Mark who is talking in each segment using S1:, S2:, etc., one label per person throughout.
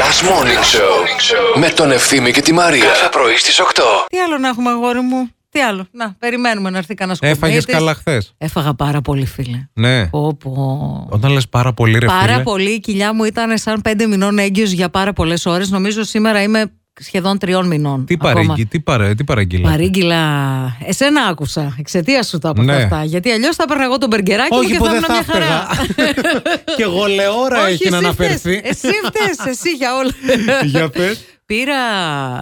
S1: Last Morning Show με τον Ευθύμη και τη Μαρία. Κάθε πρωί στις 8.
S2: Τι άλλο να έχουμε, αγόρι μου. Τι άλλο. Να, περιμένουμε να έρθει κανένα κουμπί.
S3: Έφαγε καλά χθες.
S2: Έφαγα πάρα πολύ, φίλε.
S3: Ναι.
S2: Πω, πω.
S3: Όταν λες πάρα πολύ ρε
S2: Πάρα
S3: φίλε,
S2: πολύ. Η κοιλιά μου ήταν σαν πέντε μηνών έγκυος για πάρα πολλές ώρες. Νομίζω σήμερα είμαι σχεδόν τριών μηνών.
S3: Τι
S2: ακόμα.
S3: παρήγγει, τι, παρέ, τι παραγγείλα.
S2: Παρήγγυλα. Εσένα άκουσα. Εξαιτίας σου τα είπα
S3: Ναι.
S2: αυτά. Γιατί αλλιώς θα έπαιρνα εγώ τον μπεργκεράκι μου
S3: Όχι
S2: και
S3: που
S2: θα
S3: δεν
S2: ήμουν
S3: θα
S2: μια
S3: έφταιγα.
S2: χαρά.
S3: και εγώ λέω ώρα
S2: Όχι,
S3: έχει να
S2: εσύ φταίς.
S3: αναφερθεί.
S2: Εσύ φταίς, εσύ για όλα.
S3: Για πες.
S2: Πήρα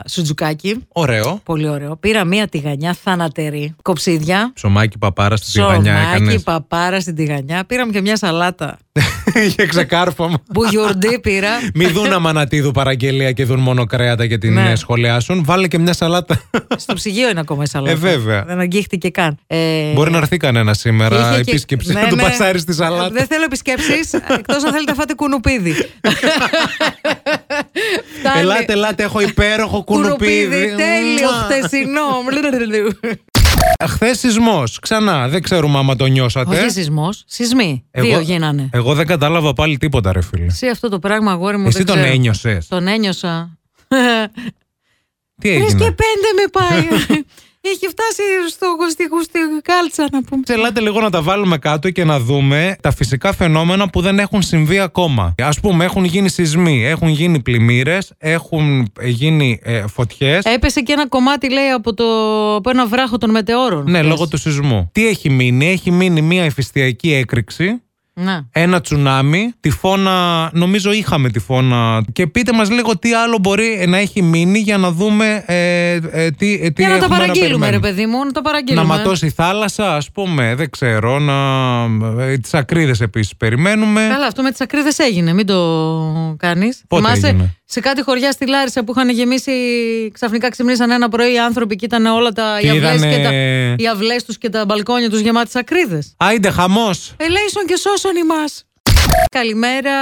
S2: σουτζουκάκι.
S3: Ωραίο.
S2: Πολύ ωραίο. Πήρα μία τηγανιά θανατερή. Κοψίδια.
S3: Ψωμάκι παπάρα στη τηγανιά έκανε.
S2: Ψωμάκι, παπάρα στην τηγανιά. Πήραμε και μια σαλάτα.
S3: Για ξεκάρφωμα.
S2: Μπουγιουρντή πήρα.
S3: Μη δουν αμανατίδου παραγγελία και δουν μόνο κρέατα για την
S2: Ναι.
S3: ε, σχολιάσουν. Βάλε και μια σαλάτα.
S2: Στο ψυγείο είναι ακόμα η σαλάτα.
S3: Ε, βέβαια.
S2: Δεν αγγίχτηκε καν. Ε,
S3: Μπορεί να έρθει κανένα σήμερα
S2: είχε και-
S3: επίσκεψη
S2: ναι,
S3: να του
S2: ναι.
S3: πασάρεις τη σαλάτα.
S2: Δεν θέλω επισκέψεις εκτός αν θέλετε φάτε κουνουπίδι. Φτάνει.
S3: Ελάτε, ελάτε, έχω υπέροχο κουνουπίδι.
S2: τέλειο, χτεσινό.
S3: Χθες σεισμός. Ξανά. Δεν ξέρουμε άμα το νιώσατε.
S2: Όχι σεισμός, σεισμοί. Δύο γίνανε.
S3: Ε? εγώ Ε- δεν κατάλαβα πάλι τίποτα, ρε φίλε.
S2: Εσύ αυτό το πράγμα, αγόρι μου.
S3: Εσύ
S2: δεν
S3: τον
S2: ξέρω.
S3: ένιωσες.
S2: Τον ένιωσα.
S3: Τι
S2: Τρει και
S3: έγινε.
S2: πέντε με πάει. Έχει φτάσει στο, στη, στη κάλτσα να πούμε.
S3: Ελάτε λίγο να τα βάλουμε κάτω και να δούμε τα φυσικά φαινόμενα που δεν έχουν συμβεί ακόμα. Ας πούμε, έχουν γίνει σεισμοί, έχουν γίνει πλημμύρες, έχουν ε, γίνει ε, φωτιές.
S2: Έπεσε και ένα κομμάτι, λέει, από, το, από ένα βράχο των μετεώρων.
S3: Ναι,
S2: Λες.
S3: λόγω του σεισμού. Τι έχει μείνει, έχει μείνει μια ηφαιστειακή έκρηξη,
S2: Να.
S3: ένα τσουνάμι, τυφώνα, νομίζω είχαμε τυφώνα. Και πείτε μας λίγο τι άλλο μπορεί να έχει μείνει για να δούμε ε, ε, τι, ε, τι
S2: Για να τα
S3: έχουμε
S2: παραγγείλουμε, ρε
S3: περιμένουμε.
S2: παιδί μου, να τα
S3: Να
S2: παραγγείλουμε.
S3: ματώσει η θάλασσα, ας πούμε, δεν ξέρω, να... ε, τις ακρίδες επίσης περιμένουμε.
S2: Καλά, αυτό με τις ακρίδες έγινε, μην το κάνεις.
S3: Πότε έγινε?
S2: σε κάτι χωριά στη Λάρισα που είχαν γεμίσει, ξαφνικά ξυπνήσαν ένα πρωί οι άνθρωποι και ήταν όλα τα οι
S3: Και
S2: αυλές
S3: είδανε-
S2: και τα- οι αυλές τους και τα μπαλκόνια τους γεμάτες ακρίδες.
S3: Άιντε χαμός.
S2: Ελέησον και σώσον ημάς. Καλημέρα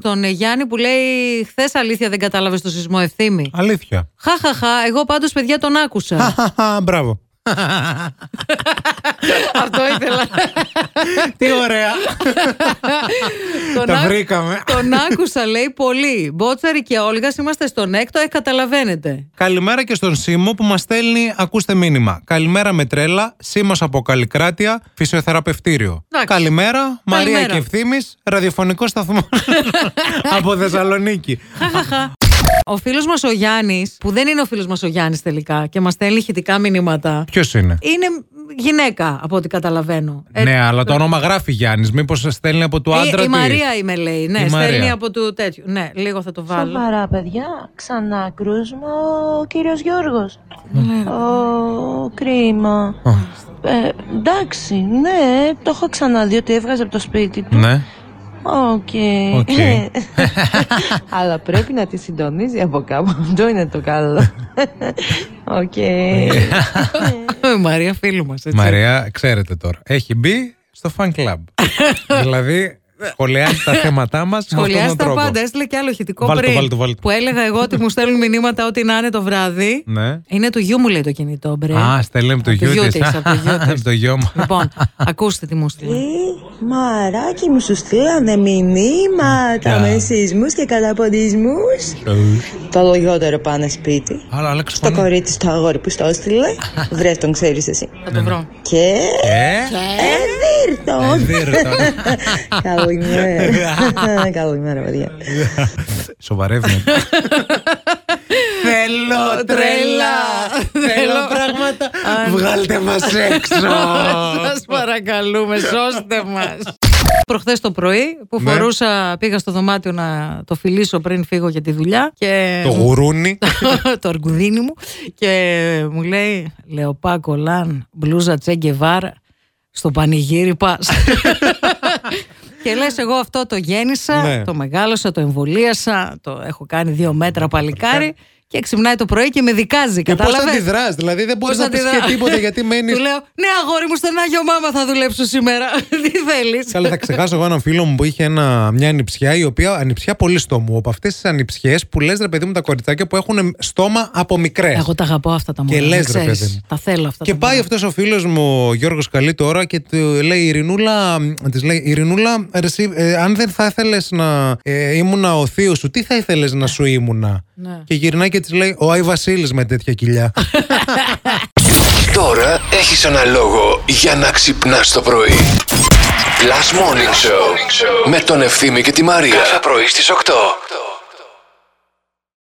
S2: τον Γιάννη που λέει χθες αλήθεια δεν κατάλαβες το σεισμό ευθύμη.
S3: Αλήθεια.
S2: Χαχαχα, εγώ πάντως παιδιά τον άκουσα.
S3: Χαχαχα, Μπράβο.
S2: Αυτό ήθελα.
S3: Τι ωραία.
S2: τον,
S3: Τα
S2: άκου-
S3: βρήκαμε.
S2: τον άκουσα λέει πολύ. Μπότσαρη και Όλγας είμαστε στον έκτο, ε, καταλαβαίνετε.
S3: Καλημέρα και στον Σίμω που μας στέλνει, ακούστε μήνυμα. Καλημέρα με τρέλα, Σίμως από Καλικράτεια, φυσιοθεραπευτήριο.
S2: Εντάξει.
S3: Καλημέρα, Μαρία
S2: Καλημέρα.
S3: και Ευθύμη, ραδιοφωνικός σταθμός από Θεσσαλονίκη.
S2: Ο φίλος μας ο Γιάννης, που δεν είναι ο φίλος μας ο Γιάννης τελικά και μας στέλνει ηχητικά μηνύματα,
S3: Ποιος είναι.
S2: είναι γυναίκα από ό,τι καταλαβαίνω. Ε,
S3: ναι, αλλά το όνομα γράφει Γιάννης. Μήπως στέλνει από του
S2: η-
S3: άντρα
S2: η,
S3: της.
S2: Μαρία είμαι λέει, ναι, στέλνει
S3: Η Μαρία.
S2: από του τέτοιου. Ναι, λίγο θα το βάλω.
S4: Σοβαρά, παιδιά. Ξανά κρούσμα ο κύριος Γιώργος.
S3: Ναι.
S4: Ω, κρίμα. Ε, εντάξει, ναι, το έχω ξαναδεί ότι έβγαζε από το σπίτι του.
S3: Ναι.
S4: Οκ. Ε.
S3: Οκ.
S4: Αλλά πρέπει να τη συντονίζει από κάπου. Αυτό είναι το καλό. Οκ.
S3: Ε.
S2: Η Ε, Μαρία, φίλου μας.
S3: Μαρία, ξέρετε τώρα. Έχει μπει στο fan club. δηλαδή, σχολιάζει τα θέματά μας με αυτόν
S2: Σχολιάζει
S3: τον
S2: τα
S3: τρόπο.
S2: πάντα. Έστειλε και άλλο ηχητικό
S3: Βάλ' το,
S2: πριν.
S3: βάλ' το, βάλ' το.
S2: Που έλεγα εγώ ότι μου στέλνουν μηνύματα ό,τι να είναι το βράδυ.
S3: Ναι.
S2: Είναι του γιού μου, λέει το κινητό, μπρε.
S3: Α, στέλνει από το
S2: Ε, Από το
S3: γιο
S2: γιο
S3: της.
S2: της, από το γιο της.
S3: Από το γιο μου.
S2: Λοιπόν, ακούστε τι μου
S4: Ε,
S2: στείλε.
S5: Μαράκι μου σου στείλανε μηνύματα
S3: με
S5: σεισμούς και καταποντισμούς Το λογιότερο πάνε σπίτι
S3: Αλλά αλλάξε
S5: Στο
S3: φωνή.
S5: κορίτσι στο αγόρι που στο έστειλε Βρες τον ξέρεις εσύ
S2: Θα το βρω.
S5: Και
S3: Ε,
S5: εδίρτον
S3: δίρτα.
S5: Καλημέρα Καλημέρα παιδιά
S3: Σοβαρεύει. Θέλω
S2: τρέλα. Θέλω ναι.
S3: πράγματα. Βγάλτε μας έξω.
S2: Σας παρακαλούμε, σώστε μας. Προχθές το πρωί που
S3: Ναι.
S2: φορούσα, πήγα στο δωμάτιο να το φιλήσω πριν φύγω για τη δουλειά. Και
S3: Το γουρούνι.
S2: το αρκουδίνι μου και μου λέει Λεοπά Κολάν, μπλούζα Τσέγκεβάρα στο πανηγύρι πας και λες εγώ αυτό το γέννησα
S3: Ναι.
S2: το μεγάλωσα, το εμβολίασα το έχω κάνει δύο μέτρα παλικάρι και ξυπνάει το πρωί και με δικάζει.
S3: Και πώς
S2: κατάλαβες?
S3: αντιδράς, δηλαδή δεν μπορείς
S2: Πώς
S3: να πεις
S2: αντιδρά-
S3: και τίποτα γιατί μένεις.
S2: Του λέω, Ναι, αγόρι μου, στον Άγιο Μάμα θα δουλέψω σήμερα. Τι θέλεις.
S3: Καλά, θα ξεχάσω εγώ έναν φίλο μου που είχε ένα, μια ανιψιά η οποία ανιψιά πολύ στόμου. Από αυτές τις ανιψιές που λες ρε παιδί μου τα κοριτσάκια που έχουν στόμα από μικρές.
S2: Εγώ τα αγαπώ αυτά τα
S3: Και
S2: μωρά. να
S3: λες, ρε
S2: ξέρεις.
S3: παιδί μου.
S2: Τα θέλω αυτά.
S3: Και
S2: τα
S3: πάει
S2: μωρά.
S3: αυτός ο φίλος μου, ο Γιώργος Καλή, τώρα και του λέει η Ειρηνούλα, της λέει, Ειρηνούλα, ρε εσύ, ε, αν δεν θα ήθελες να ε, ήμουνα ο θείος σου, τι θα ήθελες να σου ήμουνα.
S2: Ναι.
S3: Και γυρνάει και της λέει, Ο Άι Βασίλης με τέτοια κοιλιά.
S1: Τώρα έχεις ένα λόγο για να ξυπνάς το πρωί. Last Morning Show με τον Ευθύμη και τη Μαρία. Κάθε πρωί στις 8.